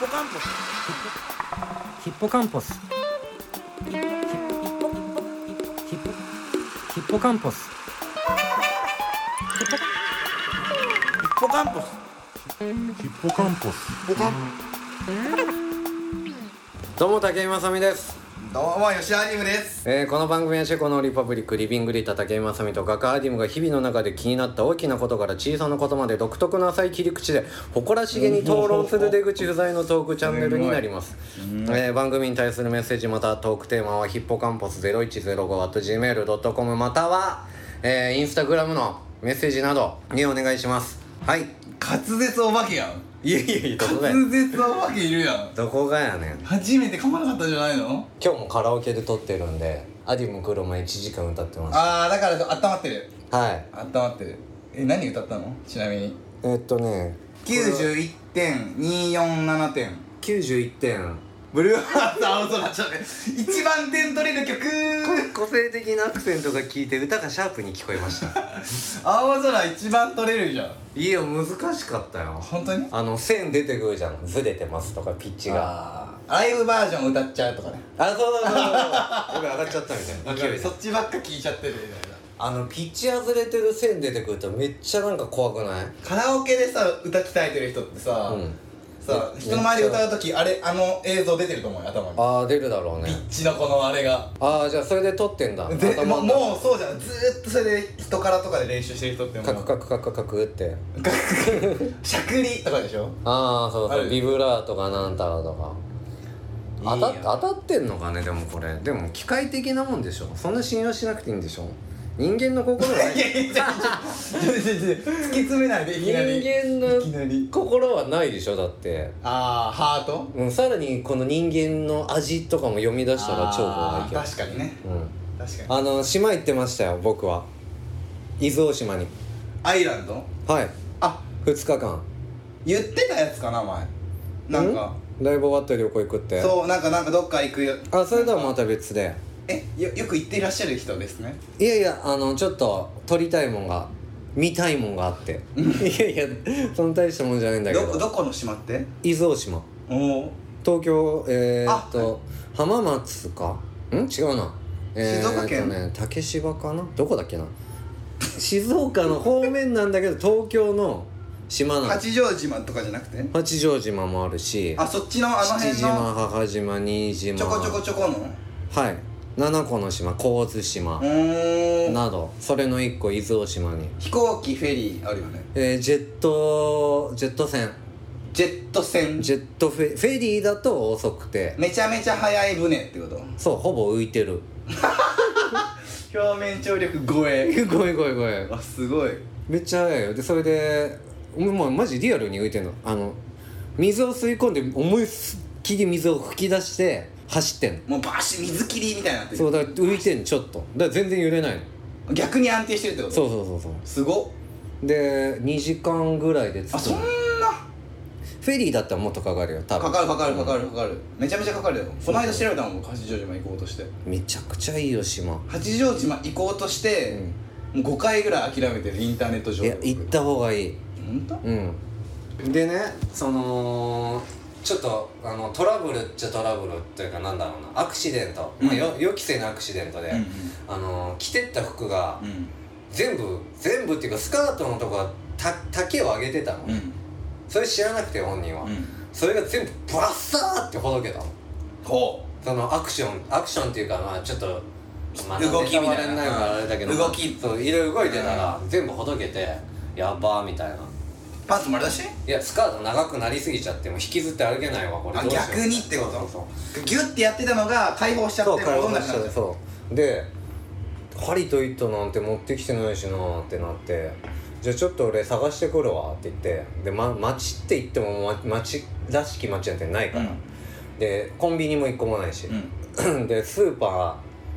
ポカンポスヒッポカンポスヒッポヒッポヒッポカンポスヒッポカンポスヒッポカンポスポカンどうも竹井まさみです、どうも吉アニムですえーこの番組はチェコのリパブリックリビングリータ竹井まさみと画家アディムが日々の中で気になった大きなことから小さなことまで独特の浅い切り口で誇らしげに討論する出口不在のトークチャンネルになります、えー番組に対するメッセージまたトークテーマはヒッポカンポス 0105.gmail.com または、えーインスタグラムのメッセージなどにお願いします はい滑舌お化けやんいやいやいやどこがや滑舌お化けいるやんどこがやねん初めて噛まなかったんじゃないの今日もカラオケで撮ってるんでアディム来る前1時間歌ってましああだから温まってるたはい温まってるえ何歌ったのちなみにえーっとね91.247点91点ブルーハーツ青空ちゃね一番点取れる曲個性的なアクセントが効いて歌がシャープに聞こえました 青空一番取れるじゃんいや難しかったよ本当にあの線出てくるじゃんずれてますとかピッチがああーライブバージョン歌っちゃうとかねそうそう そうそう僕上がっちゃったみたいな 勢いでそっちばっか聞いちゃってるみたいなあのピッチ外れてる線出てくるとめっちゃなんか怖くないカラオケでさ歌鍛えてる人ってさ、うんさ人の前で歌う時あれあの映像出てると思うよ頭にああ出るだろうねピッチのこのあれがああじゃあそれで撮ってんだでもう頭の中もうそうじゃんずーっとそれで人からとかで練習してる人ってもうカクカクカクカクってしゃくりとかでしょああそうあそうるビブラーとかなんたらとか当たっ当たってんのかねでもこれでも機械的なもんでしょそんな信用しなくていいんでしょ人間の心は いやいやいやいやいやいや突き詰めないでいきなり人間いきなりの心はないでしょだって、ああハートうん、さらにこの人間の味とかも読み出したら超怖いけどあー確かにねうん確かにあの島行ってましたよ僕は伊豆大島にアイランドはいあ2日間言ってたやつかな前なんかだいぶ終わった旅行行くってそうなんかなんかどっか行くよあそれとはまた別でえよよく行っていらっしゃる人ですねいやいやあのちょっと撮りたいもんが見たいもんがあっていやいやそんな大したもんじゃないんだけどこどどこの島って伊豆大島おお東京えー、あっと浜松かん違うなえー、静岡県っとね竹芝かなどこだっけな静岡の方面なんだけど東京の島なの八丈島とかじゃなくて八丈島もあるしあそっちのあの父辺島の母島新島ちょこちょこちょこのはい7個の島神津島うーんなどそれの1個伊豆大島に飛行機フェリーあるよねえージェットジェット船ジェット船ジェットフェフェリーだと遅くてめちゃめちゃ速い船ってことそうほぼ浮いてる表面張力超え ごめんごめんごめんあすごいめっちゃ早いよでそれでもうマジリアルに浮いてんのあの水を吸い込んで思いっきり水を吹き出して走ってんもうバシ水切りみたいになってのるそうだから浮いてんのちょっとだから全然揺れないの逆に安定してるってことそうそうそうそうすごっで2時間ぐらいで着くあそんなフェリーだったらもっとかかるよ多分かかるかかるかかるかかるめちゃめちゃかかるよこの間調べたもん八丈島行こうとしてめちゃくちゃいいよ島八丈島行こうとして、もう5回ぐらい諦めてるインターネット上いやで行った方がいい本当うん、でねそのちょっとあのトラブルっちゃトラブルっていうかなんだろうなアクシデント、まあ、よ予期せぬアクシデントで、うんうんあの着てった服がうん全部全部っていうかスカートのとこはた丈を上げてたの、うんそれ知らなくて本人は、うんそれが全部ブラッサーってほどけたのこそのアクションアクションっていうかまあちょっと、まあ、動きみたいなネタバレになるからあれだけど動きそういろいろ動いてたら全部ほどけてやばーみたいなうパンツ丸出しいやスカート長くなりすぎちゃってもう引きずって歩けないわこれあどうしよう逆にってことそうそうギュッてやってたのが解放しちゃそっうてそう戻んなくなっちゃそううそうで針と糸なんて持ってきてないしなーってなってじゃあちょっと俺探してくるわって言ってで、ま、町って言ってももう町らしき町なんてないから、でコンビニも一個もないし、ん でスーパーっ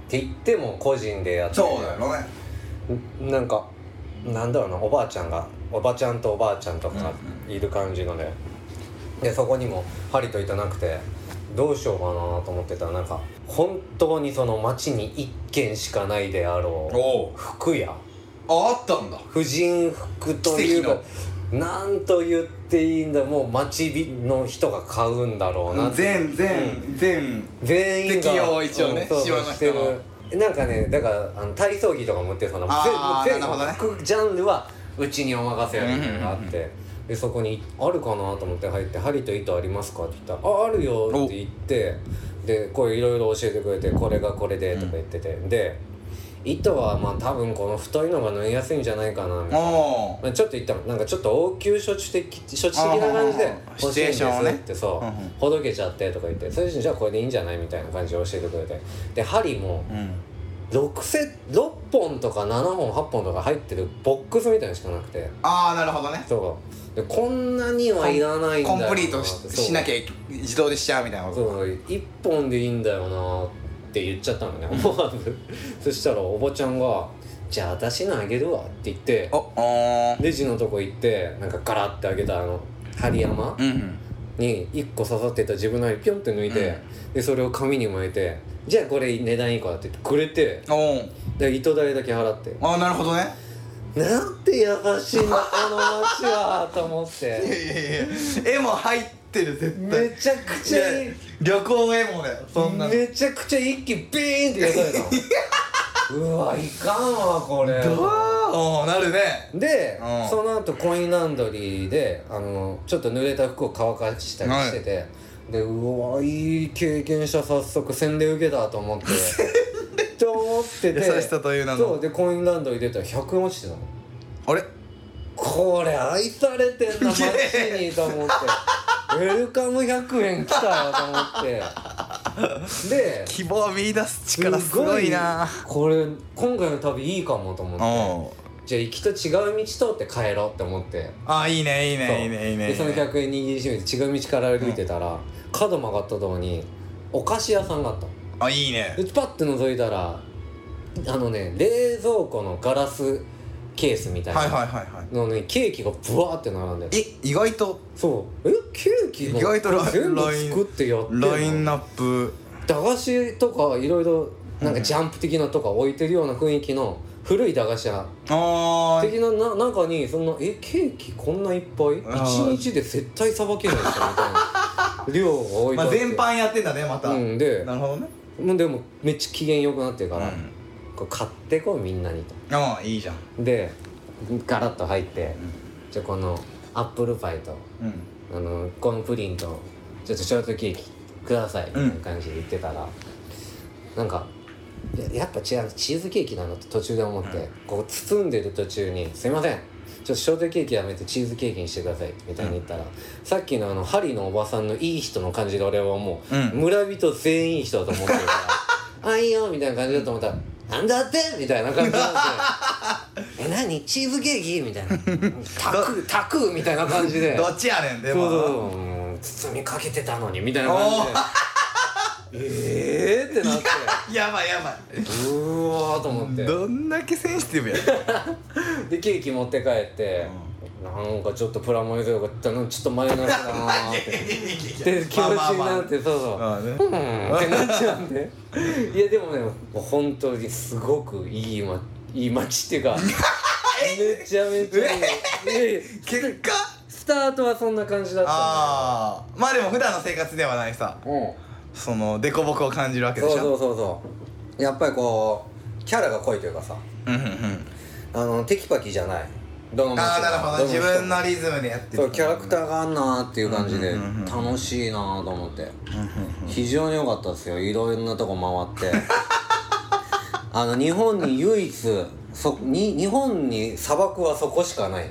て言っても個人でやってそうだよねなんかなんだろうなおばあちゃんがおばちゃんとおばあちゃんとかいる感じのね、でそこにも針と糸なくてどうしようかなと思ってたらなんか本当にその町に一軒しかないであろうお服屋ああったんだ婦人服というかなんと言っていいんだもう街の人が買うんだろうなって全全全全員が適用一応ねそうそう島の人のしてるなんかねだからあの体操着とか持ってそうなあー全なるほどね全ジャンルはうちにお任せやみたいなのがあってでそこに「あるかな?」と思って入って「針と糸ありますか?」って言ったら「ああるよ」って言ってでこれいろいろ教えてくれて「これがこれで」とか言っててで糸はまあ多分この太いのが縫いやすいんじゃないかなみたいなおまあ、ちょっと言ったらなんかちょっと応急処置的処置的な感じあーではいはいはい欲しいんですシチュエーションをっねてそう、うんうんほどけちゃってとか言ってそれじゃあこれでいいんじゃないみたいな感じで教えてくれてで針もーうん6セ6本とか7本8本とか入ってるボックスみたいなのしかなくてああなるほどねそうでこんなにはいらないんだコよンなプリートしそうしなきゃ自動でしちゃうみたいなことそう1本でいいんだよなって言っちゃったのね思わずそしたらおばちゃんが「じゃあ私のあげるわ」って言っておおーレジのとこ行ってなんかガラッて開けたあの針山うんに1個刺さってた自分の針ピョンって抜いて、でそれを紙に巻いて「じゃあこれ値段いいから」って言ってくれておおで糸代だけ払ってああなるほどねなんて優しいんだこの町はと思っいてやいやいや絵も入ってる絶対めちゃくちゃいい旅行絵もだよそんなのめちゃくちゃ一気にビーンってやされたのうわいかんわこれおおなるねで、うんその後コインランドリーであのちょっと濡れた服を乾かしたりしてて、でうわいい経験者早速洗礼受けたと思ってって思ってて優しさという名のそうでコインランドリー出たら100落ちてたのあれこれ愛されてんな街にと思ってウェルカム100円来たよと思ってで希望を見出すこれ今回の旅いいかもと思おっておじゃあ行きと違う道通って帰ろうって思ってああいいねいいそうねいいねいいねでそのいいね100円握りしめて違う道から歩いてたら、角曲がったとこにお菓子屋さんがあったのあいいねでパッて覗いたらあのね冷蔵庫のガラスケースみたいはいなはいはいはいのねケーキがブワーって並んでるえ意外とそうえケーキが意外とライン全部ライン作ってやってんのラインナップ駄菓子とかいろいろなんかジャンプ的なとか置いてるような雰囲気の古い駄菓子屋あー的なな中にそんな「えケーキこんないっぱいあー ?1 日で絶対さばけないじゃん」みたいな量が多いまあ全般やってんだねまたうんでなるほどねもうでもめっちゃ機嫌良くなってるから、うんこう買ってこうみんなにとああいいじゃんでガラッと入って、じゃあこのアップルパイとうんあのコーンプリンとちょっとショートケーキくださいみたいな感じで言ってたら、なんかややっぱ違うチーズケーキなのって途中で思って、こう包んでる途中に「すいませんちょっとショートケーキやめてチーズケーキにしてください」みたいに言ったら、さっきのあのハリのおばさんのいい人の感じで俺はもう、うん村人全員いい人だと思ってる から「あいいよ」みたいな感じだと思ったら「なんだって?」みたいな感じなんですよえ何チーズケーキ?」みた いな「タクタク」みたいな感じでどっちやねんでそもうそうそううん包みかけてたのにみたいな感じでええー、ってなって やばいやばいうーわーと思ってどんだけセンシティブや でケーキ持って帰って、なんかちょっとプラモデルがちょっとマイナスだ なーってって気持ちになってそうそう、まあねうんってなっちゃうんでいやでもね本当にすごくいい,、ま、いい街っていうかめちゃめちゃいいいやいや結果スタートはそんな感じだったああまあでも普段の生活ではないさんでうんその凸凹を感じるわけでそうしそょうそうそうやっぱりこうキャラが濃いというかさうんうんうんあのテキパキじゃないどの街ああなるがほどね自分の人もリズムでやってるそうキャラクターがあんなーっていう感じでうんうんうんうん楽しいなーと思って非常に良かったですよいろんなとこ回って あの日本に唯一そに日本に砂漠はそこしかない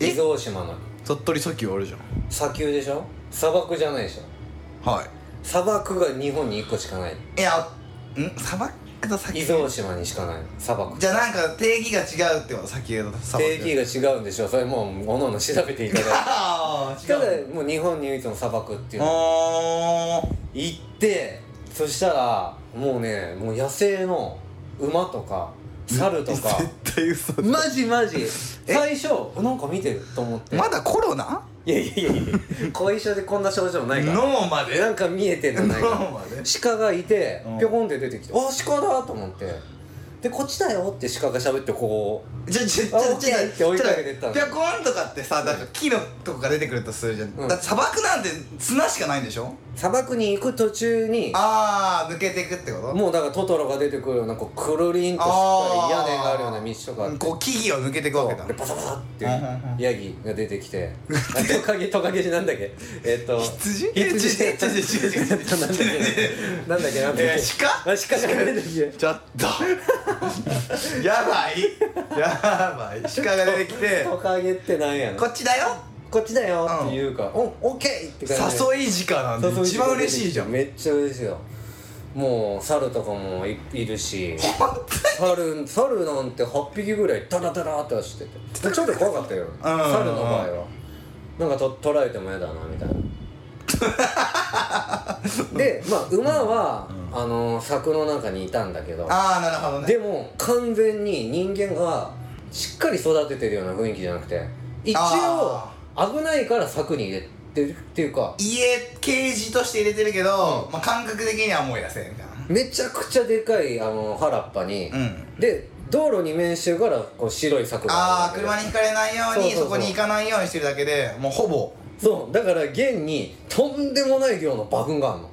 伊豆大島の鳥取砂丘おるじゃん砂丘でしょ砂漠じゃないでしょは砂漠が日本に1個しかないいいやん砂漠と砂伊丘豆大島にしかない砂漠じゃあなんか定義が違うってこと砂丘と砂漠定義が違うんでしょうそれもうおのおの調べていただいあ てあただ違うもう日本に唯一の砂漠っていうのあー行ってそしたらもうねもう野生の馬とか猿とか絶対嘘だマジマジ最初なんか見てると思ってまだコロナいやいやいやいや後遺症でこんな症状ないから脳までなんか見えてんじゃないか脳まで鹿がいてうんピョコンって出てきて「あ鹿だ!」と思ってでこっちだよって鹿が喋ってこじゃじゃじあゃじゃオッじケゃーって追いかけてったのピャコーンとかってさだから木のとこから出てくるとするじゃん、だって砂漠なんて砂しかないんでしょう砂漠に行く途中にああ抜けていくってこともうだからトトロが出てくるようなこうくるりんとしっかり屋根があるような道とかあってこう木々を抜けていくわけだでパサパサっていうヤギが出てきてあトカゲトカゲじゃなんだっけえっと羊羊違う違う違う違う違うえっ となんだっけなんだっけなんだっえけー鹿あ鹿じゃないんだっけちょっと やばいやばい鹿が出てきてトカゲってなんやのこっちだよこっちだよって言うから「うんオッケー!」って感じで誘い鹿なん誘いて一番嬉しいじゃんめっちゃ嬉しいよもう猿とかもいいるし猿猿なんて8匹ぐらいダラダラって走っててちょっと怖かったよ猿の場合はなんかと捕らえても嫌だなみ たいなでまあ馬は、あの柵の中にいたんだけどああなるほどねでも完全に人間がしっかり育ててるような雰囲気じゃなくて一応あ危ないから柵に入れてるっていうか家ケージとして入れてるけど、まあ、感覚的にはもうやせんみたいめちゃくちゃでかいあの原っぱに、なうんで道路に面してるからこう白い柵があああるわ車けにひでかれないようにそうそうそうそこに行かないようにしてるだけでもうほぼそうだから現にとんでもない量の馬群が あるの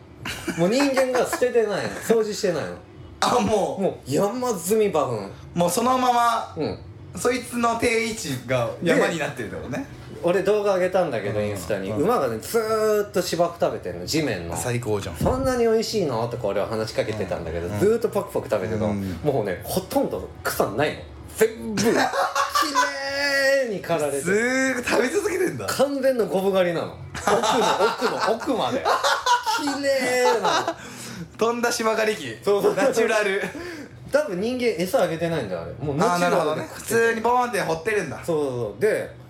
もう人間が捨ててないの掃除してないのあももう山積み馬群うもうそのままうんそいつの定位置が山になってるってことね俺動画上げたんだけどインスタにうん馬がねずーっと芝生食べてんの地面の最高じゃんそんなに美味しいのとか俺は話しかけてたんだけど、ずーっとパクパク食べてたの、うんもうねほとんど草ないの 全部きれいに刈られてすー食べ続けてんだ完全のゴブ狩りなの奥の奥の奥まできれいなの飛んだ芝刈り機そうそうナチュラル多分人間餌あげてないんだよあれもうあナあチなュるほどラルねで普食ってる通にボーンって掘ってるんだそうそうそうで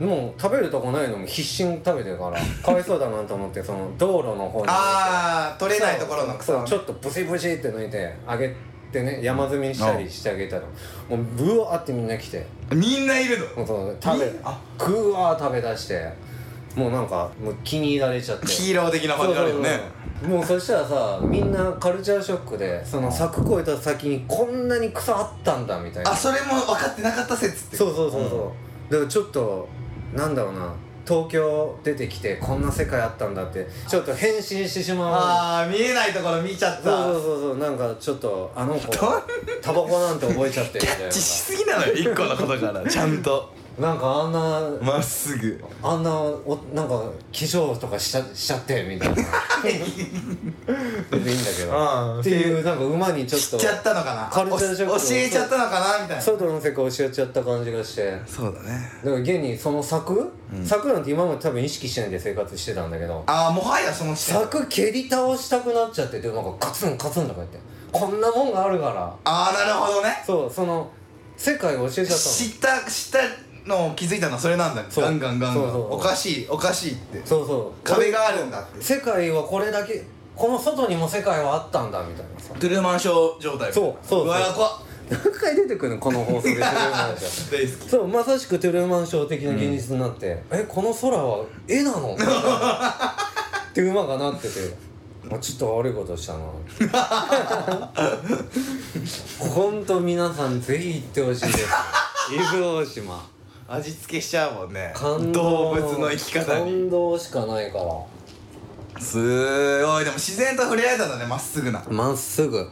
もう食べるとこないのも必死に食べてる からかわいそうだなと思ってその道路の方にああ取れないところの草草ををちょっとブシブシって抜いてあげてね山積みにしたりしてあげたらもうブワーってみんな来てみんないるのもうそう食べえあ食うわー食べ出してもうなんかもう気に入られちゃってヒーロー的な感じあるよねもうそしたらさみんなカルチャーショックでその柵越えた先にこんなに草あったんだみたいなあそれも分かってなかった説ってそうそうそうそう、だからちょっとなんだろうな東京出てきてこんな世界あったんだってちょっと変身してしまうああ見えないところ見ちゃっそうそたうそうそうなんかちょっとあの子タバコなんて覚えちゃってるみたい実施しすぎなのよ一個のことからちゃんとななんかあんなまっすぐあんなおなんか化粧とかしちゃしちゃってみた いな全然いいんだけあどあっていうなんか馬にちょっ知とっちゃったのかなカルチャーショックお教えちゃったのかなみたいな外の世界教えちゃった感じがしてだかそうだねら現にその柵、柵なんて今まで多分意識してないで生活してたんだけどああもはやその時点柵蹴り倒したくなっちゃってでなんかカツンカツンとか言ってこんなもんがあるからああなるほどねそうその世界を教えちゃった知のった知ったのを気づいたのはそれなんだそうガンガンガンガそうそうンおかしいおかしいってそうそう壁があるんだって世界はこれだけこの外にも世界はあったんだみたいなさトゥルーマンショー状態そうそうそううわー怖っ何回出てくるのこの放 送でトゥルーマンショー大好きそうまさしくトゥルーマンショー的な現実になって、えこの空は絵なのって馬がなっててあちょっと悪いことしたな ほんと皆さんぜひ行ってほしいです伊豆大島味付けしちゃうもんね感動動物の生き方に感動しかないからすーごいでも自然と触れ合えたんだねまっすぐなまっすぐ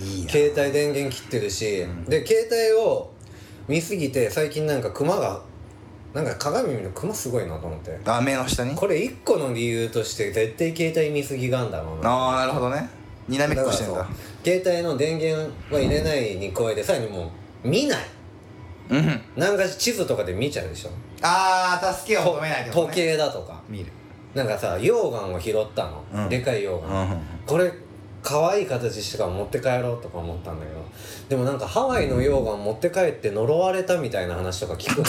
いいな携帯電源切ってるし、で携帯を見すぎて最近なんかクマがなんか鏡見るのクマすごいなと思ってあ目の下にこれ一個の理由として絶対携帯見すぎがあんだろうなああなるほどねにらめっだかこらしてんそうだ携帯の電源は入れないに加えてさらにもう見ないうんなんか地図とかで見ちゃうでしょああ助けを求めないで時計だとか見るなんかさ溶岩を拾ったの、うんでかい溶岩、これ可愛い形してから持って帰ろうとか思ったんだけどでもなんかハワイの溶岩持って帰って呪われたみたいな話とか聞く の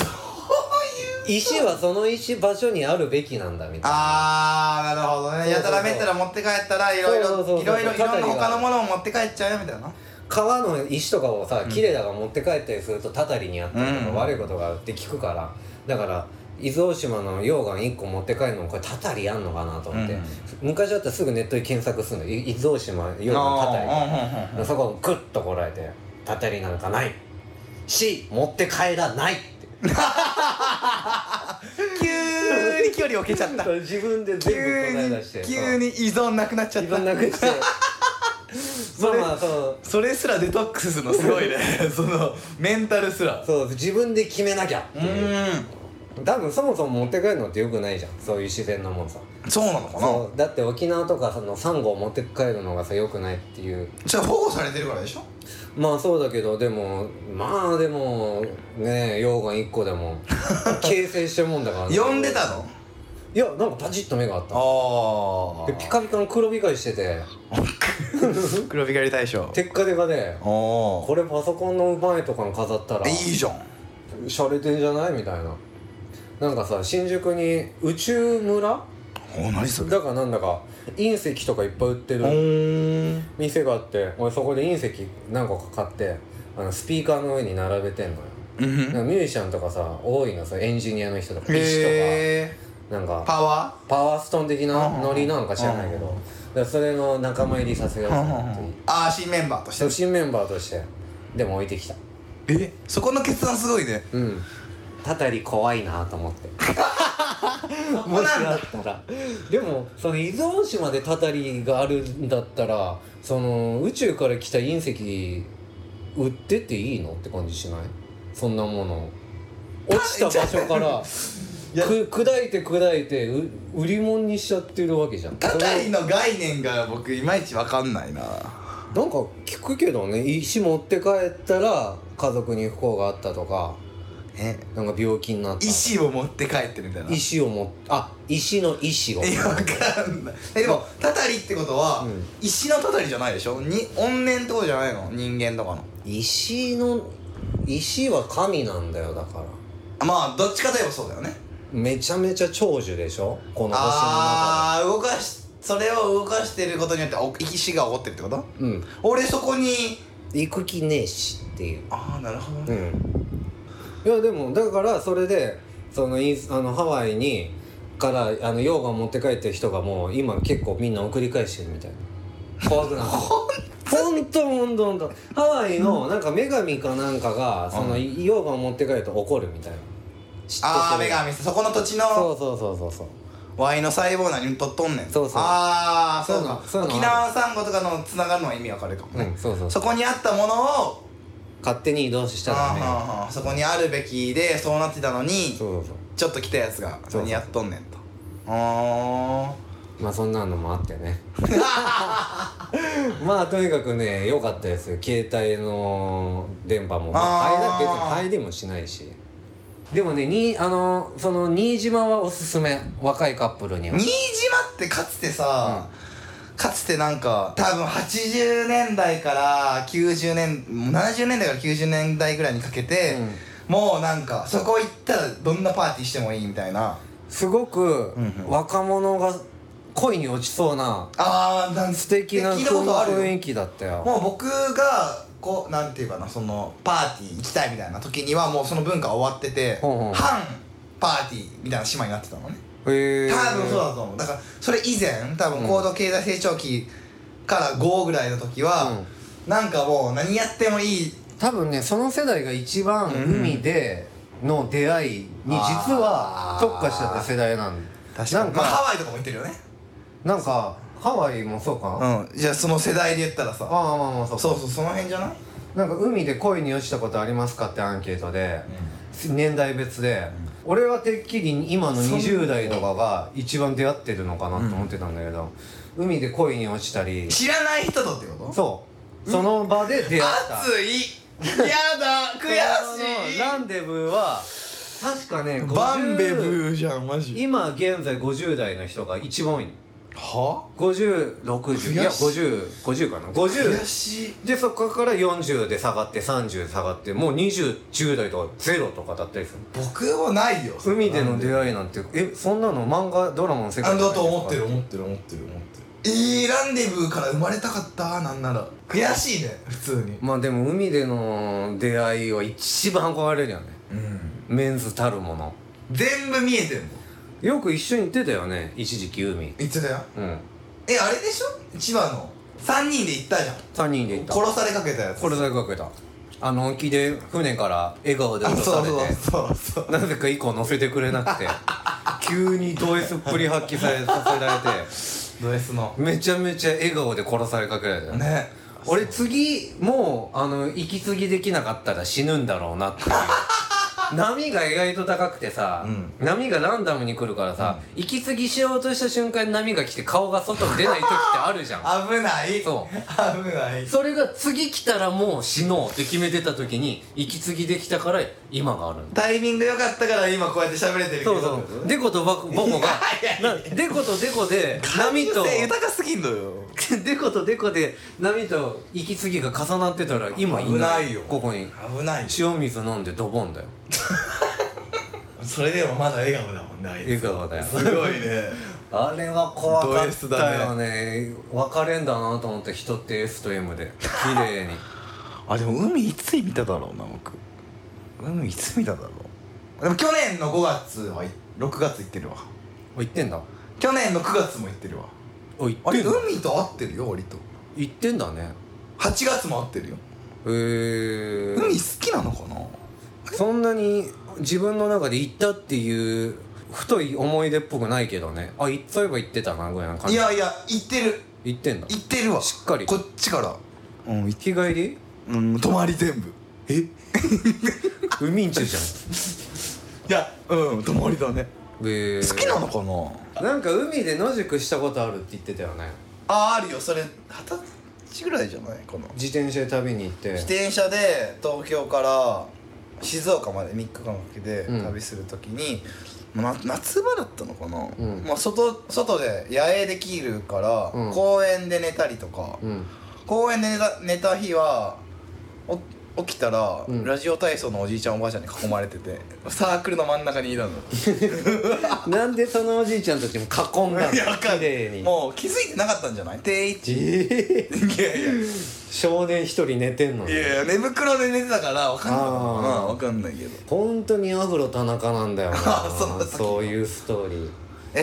石はその石場所にあるべきなんだみたいなあーなるほどねやたらめったら持って帰ったらいろいそうそうそうろいろいろいろんな係が他のものを持って帰っちゃうよみたいな川の石とかをさ綺麗だから持って帰ったりするとたたりにあったりとかうん悪いことがあるって聞くからだから伊豆大島の溶岩1個持って帰るのもこれたたりやんのかなと思って、うん昔だったらすぐネットで検索するのい伊豆大島溶岩たたりあそこをグッとこらえてたりなんかない C 持って帰らない急に距離を置けちゃ った自分で急全部答えに出して急に依存なくなっちゃっ自た分なくしてまあまあそう それすらデトックスするのすご いねそのメンタルすらそう自分で決めなきゃってういうん多分そもそも持って帰るのってよくないじゃんそういう自然なもんさそうなのかなそうだって沖縄とかそのサンゴを持って帰るのがさよくないっていうじゃあ保護されてるからでしょまあそうだけどでもまあでもねえ溶岩1個 でも形成してるもんだからね呼んでたのいやなんかパチッと目があったあでピカピカの黒光りしてて黒光り大賞テッカテカでおおこれパソコンの前とかに飾ったらいいじゃんしゃれてんじゃないみたいななんかさ新宿に宇宙村お何そだからなんだか隕石とかいっぱい売っておるーん店があって俺そこで隕石何個か買ってあのスピーカーの上に並べてんのようんなんかミュージシャンとかさ多いのさエンジニアの人とか医師とへかなんーかパワパワーストーン的なノリなのか知らないけどだからそれの仲間入りさせようと思ってーあー新メンバーとしてそう新メンバーとしてでも置いてきたえそこの決断すごいねうんたたり怖いなと思ってこ もこしなんあっだたらでもその依存種までたたりがあるんだったらその宇宙から来た隕石売ってっていいのって感じしないそんなもの落ちた場所からく砕いて砕いてう売り物にしちゃってるわけじゃんたたりその概念が僕いまいちわかんないなれなんか聞くけどね石持って帰ったら家族に不幸があったとかえなんか病気になった石を持って帰ってるみたいな石を持っあ石の石をいやわかんないえでもたたりってことは、うん石のたたりじゃないでしょに怨念ってことじゃないの人間とかの石の石は神なんだよだからあまあどっちかといえばそうだよねめちゃめちゃ長寿でしょこの星の中ああ動かしそれを動かしてることによってお石が起こってるってことでうん俺そこに行く気ねえしっていうああなるほどうねんいやでもだからそれでそのインスあのハワイにからあの溶岩持って帰ってる人がもう今結構みんな送り返してるみたいな怖 くなってほんとほんとほんとハワイのなんか女神かなんかがその溶岩持って帰ると怒るみたいな知ってそれああ女神そこの土地そのうそうそうそうそうワイの細胞何にとっとんねんそうそうああそうかそういうのそ沖ういうの縄サンゴとかのつながるのは意味わかるかもね、うんそうそうそこにあったものを勝手に移動しちゃダメあーはーはーそこにあるべきでそうなってたのにそうそうそちょっと来たやつがそう何やっとんねんとあうまあそんなのもあって ねまあとにかくね良かったですよ携帯の電波もまああー入ら別に入りもしないしでもねにあのその新島はおすすめ若いカップルにーは新島ってかつてさ、かつてなんか多分80年代から90年70年代から90年代ぐらいにかけて、もうなんかそこ行ったらどんなパーティーしてもいいみたいなすごくんうん若者が恋に落ちそうなあーなん素敵な聞いたことある雰囲気だったよもう僕がこうなんていうかなそのパーティー行きたいみたいな時にはもうその文化は終わっててほうほう反パーティーみたいな島になってたのねへえ多分そうだと思うだからそれ以前多分高度経済成長期から5ぐらいの時は、なんかもう何やってもいい多分ねその世代が一番海での出会いに実はあー特化しちゃった世代なんなんまあ、ハか、ワイとかも行ってるよねなんかハワイもそうか、あうんじゃあその世代で言ったらさあまあまあそうそうそうその辺じゃないなんか海で恋に落ちたことありますかってアンケートで、年代別で、俺はてっきり今の20代とかが一番出会ってるのかなと思ってたんだけど、海で恋に落ちたり知らない人とってことそうその場で出会った、熱いやだ悔しいランデブーは確かねバンベブ50ーじゃんマジ今現在50代の人が一番多いのは5060いや悔し5050かな悔50しいでそこから40で下がって30下がってもう2010代とかゼロとかだったりする僕もないよ海での出会いなんてえそんなの漫画ドラマの世な界んじゃだなとい思ってるで思ってる思ってる思ってるえー、ランデブーから生まれたかったなんなら悔しいね普通にすかまあでも海での出会いは一番憧れるよねうんメンズたるもの全部見えてんのよく一緒に行ってたよね一時期海言ってたようんえあれでしょ千葉の3人で行ったじゃん3人で行った殺されかけたやつこれだけかけたあの沖で船から笑顔であ落とそさうれそうてそうそうなぜか以降乗せてくれ なくて急にド S っぷり発揮されさせられド S のてめちゃめちゃ笑顔で殺されかけられたよね俺次もうあの息継ぎできなかったら死ぬんだろうな っていう波が意外と高くてさ、波がランダムに来るからさ、息継ぎしようとした瞬間に波が来て顔が外に出ない時ってあるじゃん危ないそう危ないそれが次来たらもう死のうって決めてた時に息継ぎできたから今があるんだタイミング良かったから今こうやって喋れてるけどそうそうデコとバコボコがなデコとデコで波と感性豊かすぎんのよ デコとデコで波と息継ぎが重なってたら今いない危ないよここに危ない塩水飲んでドボンだよそれでもまだ笑顔だもんねあいつ笑顔だよすごいね あれは怖かドっ S ただよね分かれんだなと思って人って S と M で綺麗に あでも海いつ見ただろうな僕海いつ見ただろうでも去年の5月はい6月行ってるわお言ってんだ去年の9月も行ってるわお言っあてれんだ海と合ってるよ割と言ってんだね8月も合ってるよへえ海好きなのかなそんなに自分の中で行ったっていう太い思い出っぽくないけどねあいそういえば行ってたなぐらいな感いじやいや行ってる行ってんだ行ってるわしっかりこっちからうんい日帰りうん泊まり全部えい海んちじゃんやうん泊まりだねへえ好きなのかななんか海で野宿したことあるって言ってたよねああるよそれ二十歳ぐらいじゃないかな自転車で旅に行って自転車で東京から静岡まで3日間かけてうん旅するときに、ま夏場だったのかな、うんまあ、外外で野営できるから、うん公園で寝たりとか、うん公園で寝た寝た日はお起きたら、んラジオ体操のおじいちゃんおばあちゃんに囲まれててサークルの真ん中に いたのなんでそのおじいちゃんたちも囲んだのいやわかん綺麗にもう気づいてなかったんじゃない定位置じーいやいや少年一人寝てんのにいやいや寝袋で寝てたから分かんなかったかなあー分かんないけど本当にアフロ田中なんだよなそうだそういうストーリーえ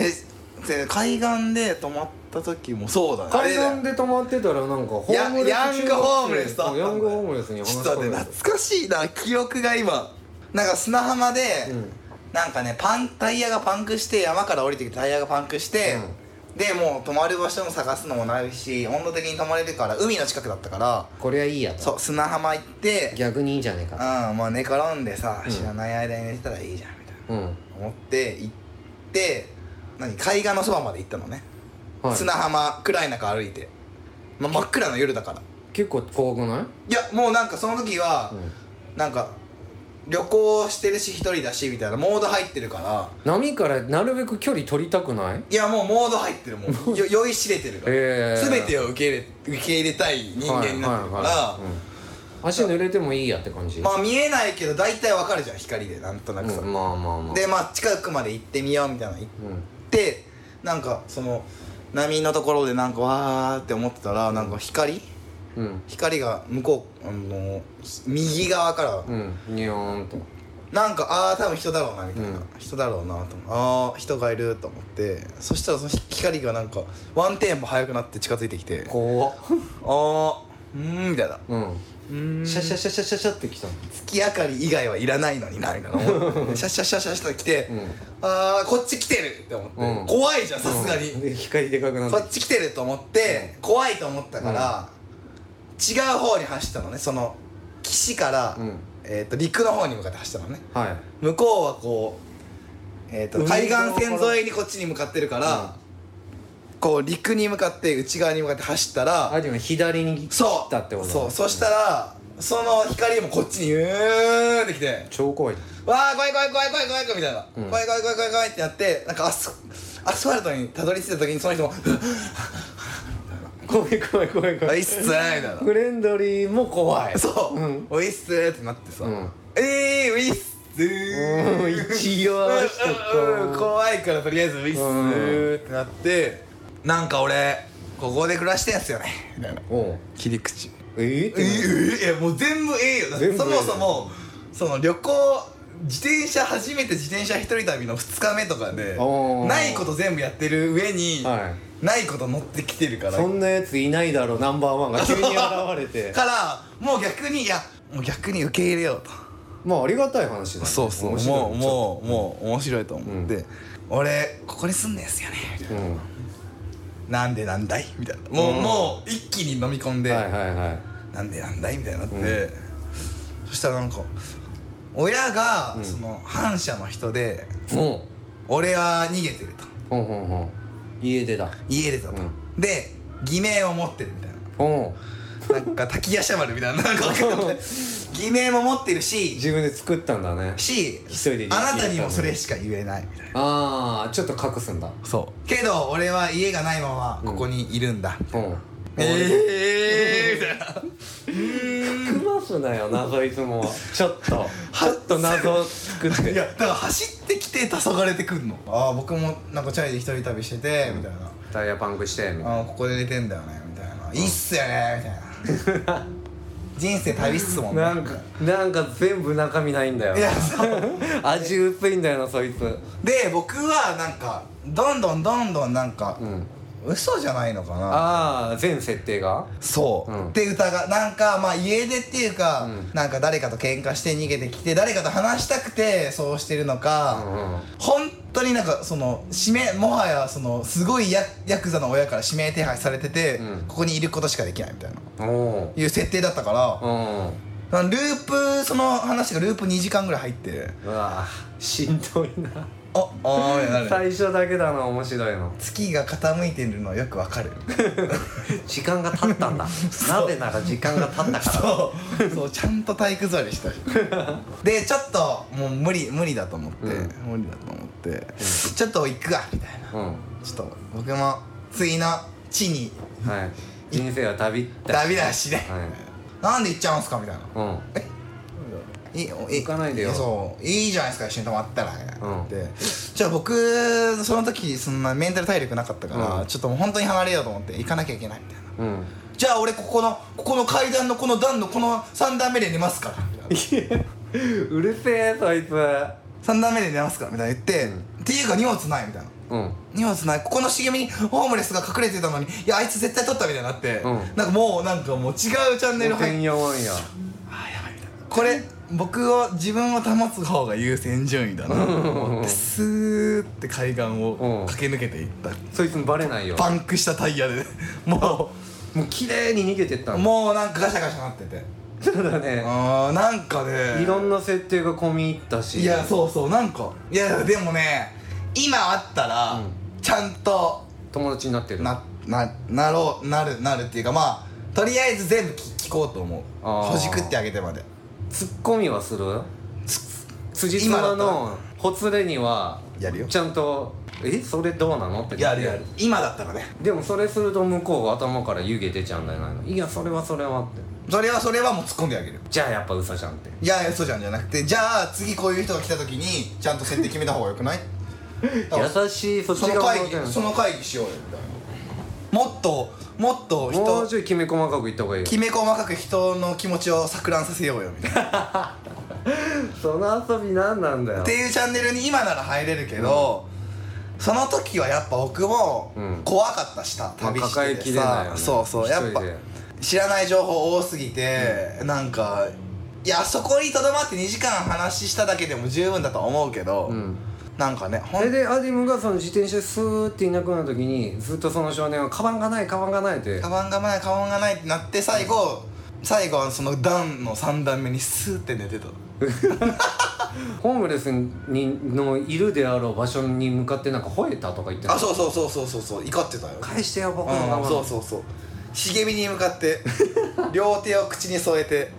で海岸で泊まった時もそうだね海あれ岸だよで泊まってたらなんかホームレスヤングホームレスと会ったんだヤよングホームレスに話ちょしっとか待っけてた懐かしいな記憶が今なんか砂浜で、うんなんかねパンタイヤがパンクして山から降りてきてタイヤがパンクして、でもう泊まる場所も探すのもないし温度的に泊まれるから海の近くだったからこれはいいやとそう砂浜行って逆にいいんじゃねえかうんまあ寝転んでさ、知らない間に寝てたらいいじゃんみたいなうん思って行って何海岸のそばまで行ったのね、はい砂浜暗い中歩いて、ま、真っ暗な夜だから結構遠くないいやもうなんかその時は、なんか旅行してるし一人だしみたいなモード入ってるから波からなるべく距離取りたくないいやもうモード入ってるも うよ酔いしれてるから、ええ全てを受け入れ受け入れたい人間になってるから、はいはいはいうん足濡れてもいいやって感じまあ見えないけど大体わかるじゃん光でなんとなうくさ、んまあまあまあでまあ近くまで行ってみようみたいなの行っうんでなんかその波のところでなんかわーって思ってたらなんか光うん光が向こうあの右側からうんニョーンとなんかああ多分人だろうなみたいな、うん人だろうなと思ってああ人がいると思ってそしたらその光がなんかワンテンポ速くなって近づいてきてあ怖っあーうーんみたいなうんうーんシャシャシャシャシャシャってきたの月明かり以外はいらないのになみたいな思って シャッシャッシャッシャッシャッと来て、んああこっち来てるって思って、うん怖いじゃんさすがに、で光でかくなってこっち来てると思って、怖いと思ったから、違う方に走ったのねその岸から、うんえー、と陸の方に向かって走ったのねはい向こうはこう、えー、と海海側岸線沿いにこっちに向かってるから、こう陸に向かって内側に向かって走ったら、あでも左に来そうたってことだそうそしたら、その光もこっちにうーんってきて超怖いじゃんわあ怖い怖い怖い怖い怖い怖いみたいな、ん怖い怖い怖い怖い怖いってなってなんかアスアスファルトにたどり着いた時にその人も 怖い怖い怖い「怖あいいっす」みたいなフレンドリーも怖いそう、んおいっすーってなってさ、んえー、ウィッスーうん一応あの人うん怖いからとりあえずウィッスーってなって、なんか俺ここで暮らしてんすよねみたいなおう切り口えっえー、えー、もう全部ええよだって全部そえもえよそもその旅行自転車初めて自転車一人旅の2日目とかでおーないこと全部やってる上に、はないこと乗ってきてるかいらそんなやついないだろナンバーワンが急に現れてからもう逆にいやもう逆に受け入れようとまあありがたい話だ、ね、そうそう面白いもうもうもう面白いと思って、俺ここに住んでんすよねみたいな、うんなんでなんだいみたいなもう、もう一気に飲み込んで、はいはいはいなんでなんだいみたいになって、そしたらなんか親が、その反社の人でも俺は逃げてるとうほんほんほん家出だ家出たと、で偽名を持ってるみたいなうんなんか滝夜叉丸みたいななんかわかん ない偽名も持ってるし自分で作ったんだねし一人であなたにもそれしか言えないみたいなああちょっと隠すんだそうけど俺は家がないままここにいるんだ、うんええー、みたいな含ますなよ謎いつもはちょっとちょっと謎を作っいてやだから走ってきて黄昏れてくんのああ僕もなんかチャリで一人旅しててみたいなタイヤパンクしてみたいなああここで寝てんだよねみたいないいっすよねみたい な人生旅っすもんねなんかなんか全部中身ないんだよいやそう味薄いんだよなそいつで僕はなんかどんどんどんどんなんか、うん嘘じゃないのかなああ全設定がそう、うんって歌がなんかまあ家出っていうか、なんか誰かと喧嘩して逃げてきて誰かと話したくてそうしてるのか、うんうん本当になんかその指名もはやそのすごいヤヤクザの親から指名手配されてて、うんここにいることしかできないみたいなおおいう設定だったから、うんループその話がループ2時間ぐらい入ってうわしんどいなああーみたいになる最初だけだな面白いの月が傾いてるのよくわかる時間が経った んだなぜなら時間が経ったからそうそうちゃんと体育座りしたしでちょっともう無理無理だと思って、無理だと思って、ちょっと行くわみたいなうんちょっと僕も次の地にはい人生は旅ってダビだしで、はいなんで行っちゃうんすかみたいなうんいいお行かないでよそういいじゃないですか一緒に泊まったらみたいなうんでじゃあ僕その時そんなメンタル体力なかったから、うんちょっともう本当に離れようと思って行かなきゃいけないみたいなうんじゃあ俺ここのここの階段のこの段のこの3段目で寝ますからみたいない るせえそいつ3段目で寝ますからみたいな言って、っていうか荷物ないみたいなうん荷物ないここの茂みにホームレスが隠れてたのにいやあいつ絶対取ったみたいになって、うんなんかもうなんかもう違うチャンネル入っんやわんやこれ僕を自分を保つ方が優先順位だなと思ってスーって海岸うをん駆け抜けていったそいつにバレないよパンクしたタイヤで ももう綺麗に逃げてったうももうなんかガシャガシャなっててうそうだねあーなんかねいろんな設定が込み入ったしいやそうそうなんかいやでもね今あったら、ちゃんと友達になってるなななろうなるなるっていうかまあとりあえず全部聞聞こうと思うあーほじくってあげてまでツッコミはする辻今だ褄ったらのほつれにはやるよちゃんと「えそれどうなの?」ってやるやる今だったらねでもそれすると向こうが頭から湯気出ちゃうんじゃないのいやそれはそれはってそれはそれはもう突っ込んであげるじゃあやっぱ嘘じゃんっていや嘘じゃんじゃなくてじゃあ次こういう人が来た時にちゃんと設定決めた方がよ くないだから優しいそっちその側会の意見議その会議しようよみたいなもっともっともう人ちょいきめ細かく言った方がいいよきめ細かく人の気持ちを錯乱させようよみたいなっその遊び何なんだよていうチャンネルに今なら入れるけど、その時はやっぱ僕もうん怖かったした、旅しててさ抱えきれないよねそうそうやっぱ一人で知らない情報多すぎて、なんかいやそこにとどまって2時間話しただけでも十分だと思うけど、うんなんかねほそんれでアディムがその自転車でスーっていなくなる時にずっとその少年は「カバンがないカバンがない」ってカバンがないカバンがないってなって最後最後はその段の3段目にスーって寝てたホームレスにのいるであろう場所に向かってなんか吠えたとか言ってなあいそうそうそうそうそうそう怒ってたよ返してよ僕のカバうんンそうそうそう茂みに向かって 両手を口に添えて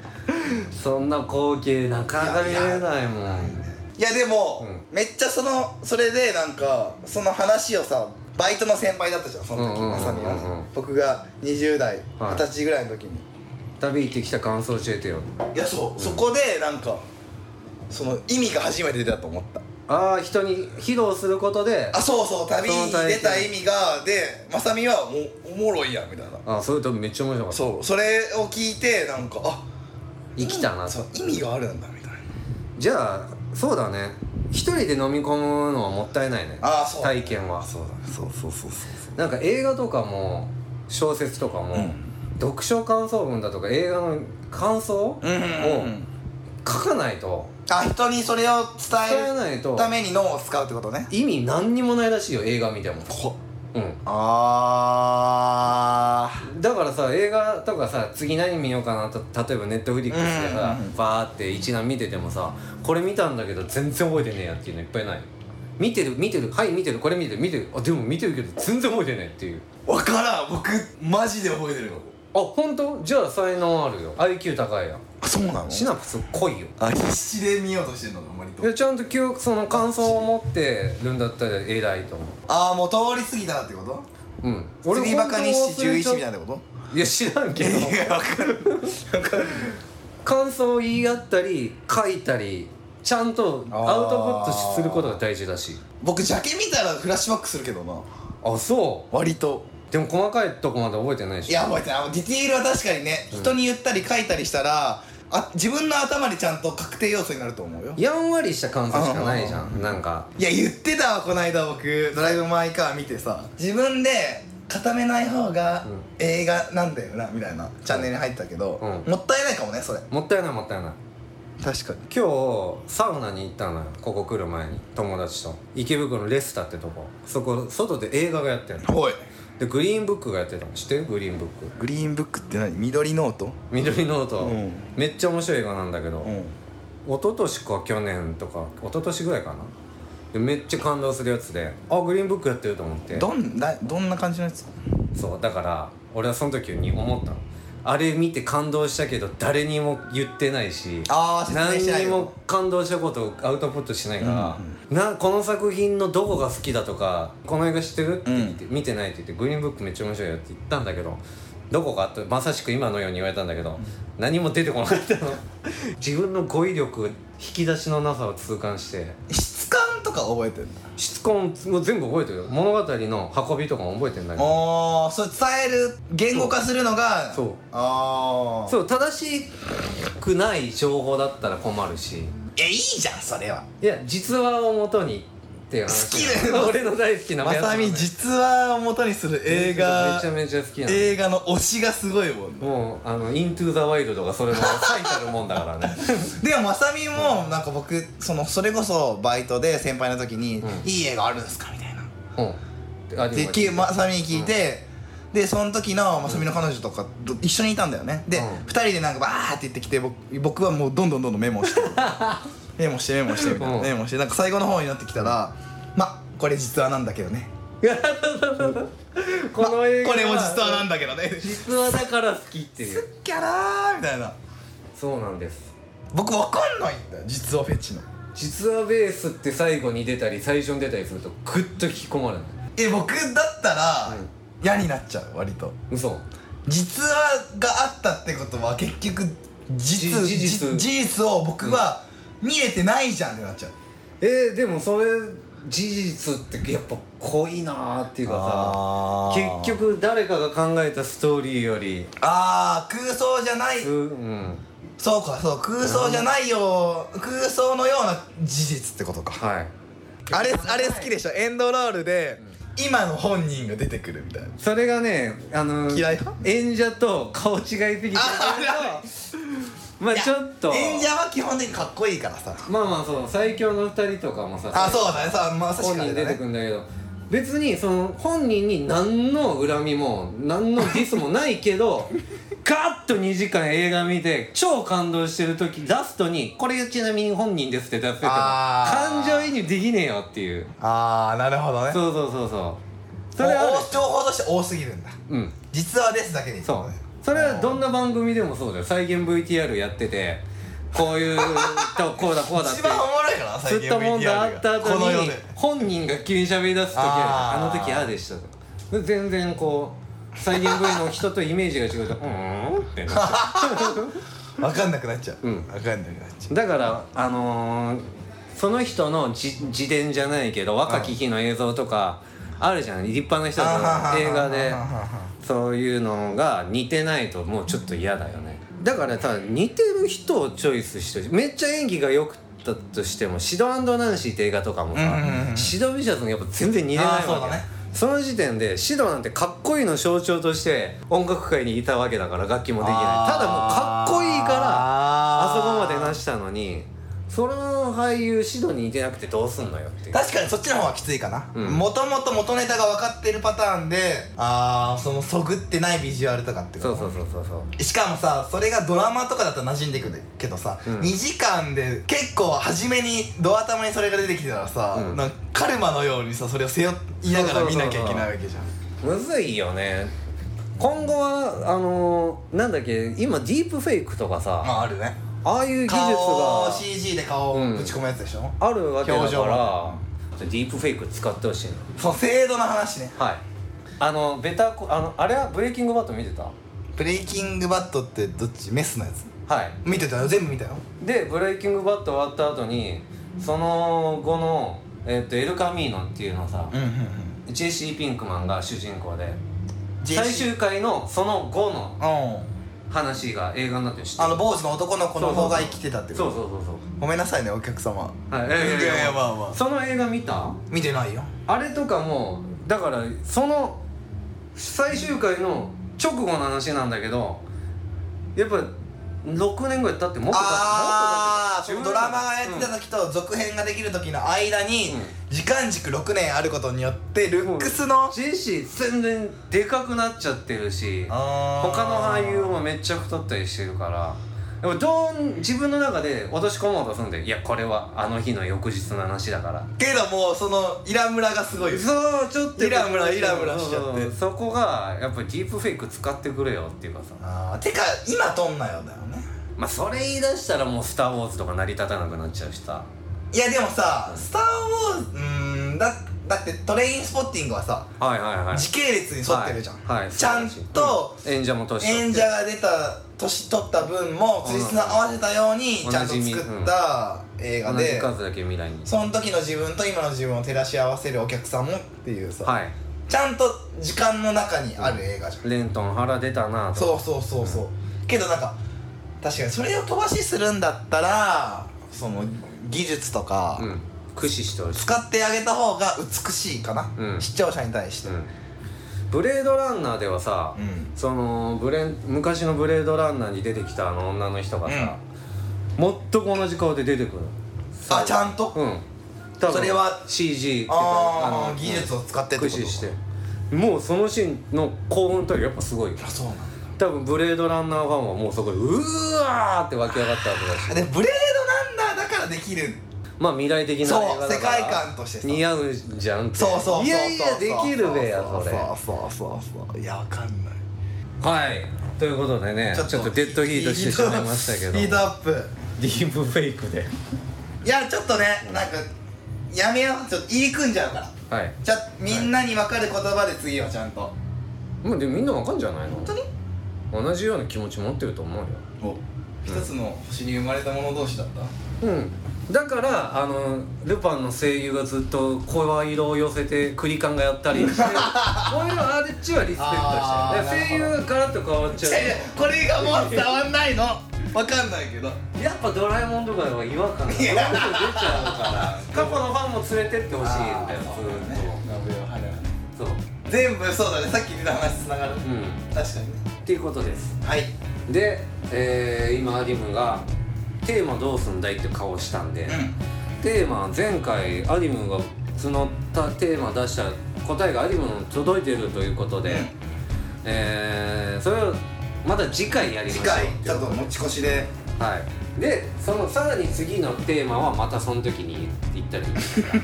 そんな光景なかなか見れないもんいやでも、うめっちゃそのそれでなんかその話をさバイトの先輩だったじゃんその時うんうんうんうんまさみは僕が20代はい二十歳ぐらいの時に、旅行ってきた感想教えてよい、やそう、そこでなんかその意味が初めて出たと思ったああ人に披露することであそうそう旅にその体出験た意味がでまさみはおおもろいやんみたいなあそれとめっちゃ面白かったそうそれを聞いてなんかあ生きたなそう意味があるんだみたいなじゃあそうだね一人で飲み込むのはもったいないねあーそう体験はそうだそうそうそうそうなんか映画とかも小説とかも、ん読書感想文だとか映画の感想をうんうんうんうん書かないとあ人にそれを伝え伝ないえるとために脳を使うってことね意味何にもないらしいよ映画見てもうんあだからさ映画とかさ次何見ようかなと例えばネットフリックスでさうんうんうんバーって一覧見ててもさこれ見たんだけど全然覚えてねえやっていうのいっぱいない見てる見てるはい見てるこれ見てる見てるあでも見てるけど全然覚えてねえっていうー分からん僕マジで覚えてるのあ本当じゃあ才能あるよ IQ 高いやんそうなのシナプス濃いよあ必死で見ようとしてんの割とでちゃんと記憶その感想を持ってるんだったら偉いと思ああもう通り過ぎたってことううん釣りバカにし本当忘れちゃ11みたいなこといや知らんけど分かる感想を言い合ったり書いたりちゃんとアウトプットすることが大事だし僕ジャケ見たらフラッシュバックするけどなあそ割とうでも細かいとこまで覚えてないでしょいや覚えてないあのディティールは確かにね、人に言ったり書いたりしたらあ自分の頭にちゃんと確定要素になると思うよやんわりした感想しかないじゃんなんかいや言ってたわこの間僕ドライブ・マイ・カー見てさ自分で固めない方が映画なんだよなみたいなチャンネルに入ったけど、うんもったいないかもねそれもったいないもったいない確かに今日サウナに行ったのよここ来る前に友達と池袋のレスタってとこそこ外で映画がやってるのおいでグリーンブックがやってたの知ってるグリーンブックグリーンブックって何緑ノート緑ノート、うんめっちゃ面白い映画なんだけど、うん一昨年か去年とか一昨年ぐらいかなでめっちゃ感動するやつであグリーンブックやってると思ってどんだどんな感じのやつそうだから俺はその時に思ったのあれ見て感動したけど誰にも言ってないしあー説明何してないによも感動したことをアウトプットしないから、なこの作品のどこが好きだとかこの映画知ってるって言って、見てないって言ってグリーンブックめっちゃ面白いよって言ったんだけどどこかってまさしく今のように言われたんだけど、何も出てこなかったの 自分の語彙力引き出しのなさを痛感して質感とか覚えてる質感も全部覚えてるよ物語の運びとかも覚えてんだけどああそれ伝える言語化するのがそうそうああそう正しくない情報だったら困るしえいいじゃんそれはいや実話をもとにっていう話好きだよ俺の大好きなまさみ実実話を元にする映め画ちゃめちゃ好きなの映画の推しがすごいもんねもうあの「イントゥ・ザ・ワイルド」がそれの最たるもんだから ねでもまさみもなんか僕そのそれこそバイトで先輩の時にん「いい映画あるんですか?」みたいなうんあできまさみに聞いて、でその時のまさみの彼女とかと一緒にいたんだよねで、うん二人でなんかバーって言ってきて僕僕はもうどんどんどんどんメモ してメモしてメモしてみたいな、うんメモしてなんか最後の方になってきたら「まこれ実話なんだけどね」 この映画これも実話はなんだけどね」実話だから好きっていうキャラーみたいなそうなんです僕わかんないんだよ実話フェチの実話ベースって最後に出たり最初に出たりするとグッと引き込まれるえ僕だったらうん嫌になっちゃう割と嘘実話があったってことは結局実じ事じ実事実を僕は見れてないじゃんってなっちゃうえー、でもそれ事実ってやっぱ濃いなーっていうかあさー結局誰かが考えたストーリーよりああ空想じゃないううんそうかそう空想じゃないよう空想のような事実ってことかはいあれあれ好きでしょエンドロールで今の本人が出てくるみたいなそれがねあのー、嫌い派演者と顔違いすぎてるとあまあちょっと演者は基本的にかっこいいからさまあまあそう最強の二人とかもさあそうだねさまさし本くあ人れ出だてくねんだけど別にその本人に何の恨みも何のディスもない けどガッと2時間映画見て超感動してる時ラストに「これちなみに本人です」って出せてもあ感ー情移入できねえよっていうああなるほどねそうそうそうそうそれあるお情報として多すぎるんだうん実話ですだけでいいそうそれはどんな番組でもそうだよ再現 VTR やっててこういうとこうだこうだって一番おもろいから最吸っ近たもんだあ VTR ったがこ後の世にで本人が急に喋り出す時ああーるあの時ああでしたとで全然こう再現 V の人とイメージが違うと うーんってなっちゃ分かんなくなっちゃう、うん分かんなくなっちゃうだからあのー、その人の自自伝じゃないけど若き日の映像とかあるじゃん立派な人あはははたはち映画ではははそういうのが似てないともうちょっと嫌だよねだからただ似てる人をチョイスしてめっちゃ演技が良くたとしてもシドナンシーって映画とかもさ、うんうんうんシド・ビシャスのやっぱ全然似てないわけあーそうだねその時点でシドなんてかっこいいの象徴として音楽界にいたわけだから楽器もできないあーただもうかっこいいからああそこまでなしたのにその俳優シドに似てなくてどうすんのよっていう確かにそっちの方がきついかなうんもともと元ネタが分かってるパターンでああそのそぐってないビジュアルとかってことそうそうそうそうそうしかもさそれがドラマとかだったら馴染んでくるけどさ、うん2時間で結構初めにドア頭にそれが出てきてたらさ、うんなんかカルマのようにさそれを背負いながら見なきゃいけないわけじゃんむずいよね今後はあのー、なんだっけ今ディープフェイクとかさまああるねああいう技術顔をが CG で顔うをんぶち込むやつでしょ、あるわけだから表デ情もィープフェイク使ってほしいのその制度の話ねはいあのベターコあのあれはブレイキングバット見てたブレイキングバットってどっちメスのやつはい見てたよ全部見たよでブレイキングバット終わった後にその後の、えっとエルカミーノっていうのさ、うんうんうん JC ピンクマンが主人公で JC 最終回のその後のうん話が映画になってるしあの坊主の男の子の方が生きてたってことそうそうそうそうごめんなさいねお客様はい、いやいやまあまあその映画見た見てないよあれとかもだからその最終回の直後の話なんだけどやっぱ6年ぐらい経ってもっと経ってああもっと経ドってラマがやってた時と続編ができる時の間にうん時間軸6年あることによってルックスのジェシー全然でかくなっちゃってるしあー他の俳優もめっちゃ太ったりしてるからでもどう自分の中で落とし込もうとするんでいやこれはあの日の翌日の話だからけどもうそのイラムラがすごいよそうちょっとイラムライラムラしちゃってそうそうそこがやっぱディープフェイク使ってくれよっていうかさあーてか今撮んなよだよねまあそれ言い出したらもう「スター・ウォーズ」とか成り立たなくなっちゃうしさいやでもさ「スター・ウォーズ」うーんだだってトレインスポッティングはさはいはいはい時系列に沿ってるじゃん、はいはいちゃんと演者も年取って演者が出た年取った分もつじつま合わせたようにちゃんと作った映画同でじ数だけ未来にその時の自分と今の自分を照らし合わせるお客さんもっていうさ、はいちゃんと時間の中にある映画じゃん、レントン腹出たなとそうそうそうそう、けどなんか確かにそれを飛ばしするんだったらその技術とか、うん駆使してほしい使ってあげた方が美しいかな、うん視聴者に対して、うんブレードランナーではさ、うんそのブレン昔のブレードランナーに出てきたあの女の人がさ、全く同じ顔で出てくるあちゃんと、うん多分それは CG っていうかあああの技術を使ってって駆こと使してもうそのシーンの興奮とやっぱすごいよあそうなんだ多分ブレードランナーファンはもうそこでうーわーって湧き上がったわけだしでブレードランナーだからできるまあ未来的な映画だからそう世界観としてさ似合うじゃんってそうそうそうそういやいやできるべやそれそうそうそうそういやわかんないはいということでねちょっとデッドヒートしてしまいましたけどヒートアップディープフェイクでいやちょっとねなんかやめようちょっと言い組んじゃうからはいじゃあみんなに分かる言葉で次はちゃんと本もうでもみんなわかんじゃないの当に同じような気持ち持ってると思うよお一つの星に生まれた者同士だったうんだからあのルパンの声優がずっと声色を寄せてクリカンがやったり してこういうあれっちはリスペクトあーしてるなだから声優がガラッと変わっちゃ違う違うこれがもう伝わんないの分かんないけどうやっぱドラえもんとかは違和感がどんどん出ちゃうから過去のファンも連れてってほしいんだよずーっとそう全部そうだねさっき出た話つながる、うん確かにねっていうことですはいで、えー今アディムが「テーマどうすんだい?」って顔をしたんで、テーマ前回アディムが募ったテーマ出した答えがアディムに届いてるということで、えーそれをまた次回やりまし次ょう回ちょっと持ち越しではいでそのさらに次のテーマはまたその時に言 ったらいいですから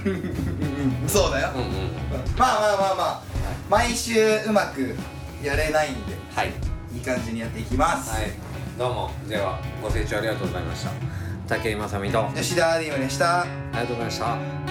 そうだよ、うんうんまあまあまあまあ毎週うまくやれないんではいいい感じにやっていきます、はいどうもではご清聴ありがとうございました武井雅美とあり吉田アリムでしたがとうございました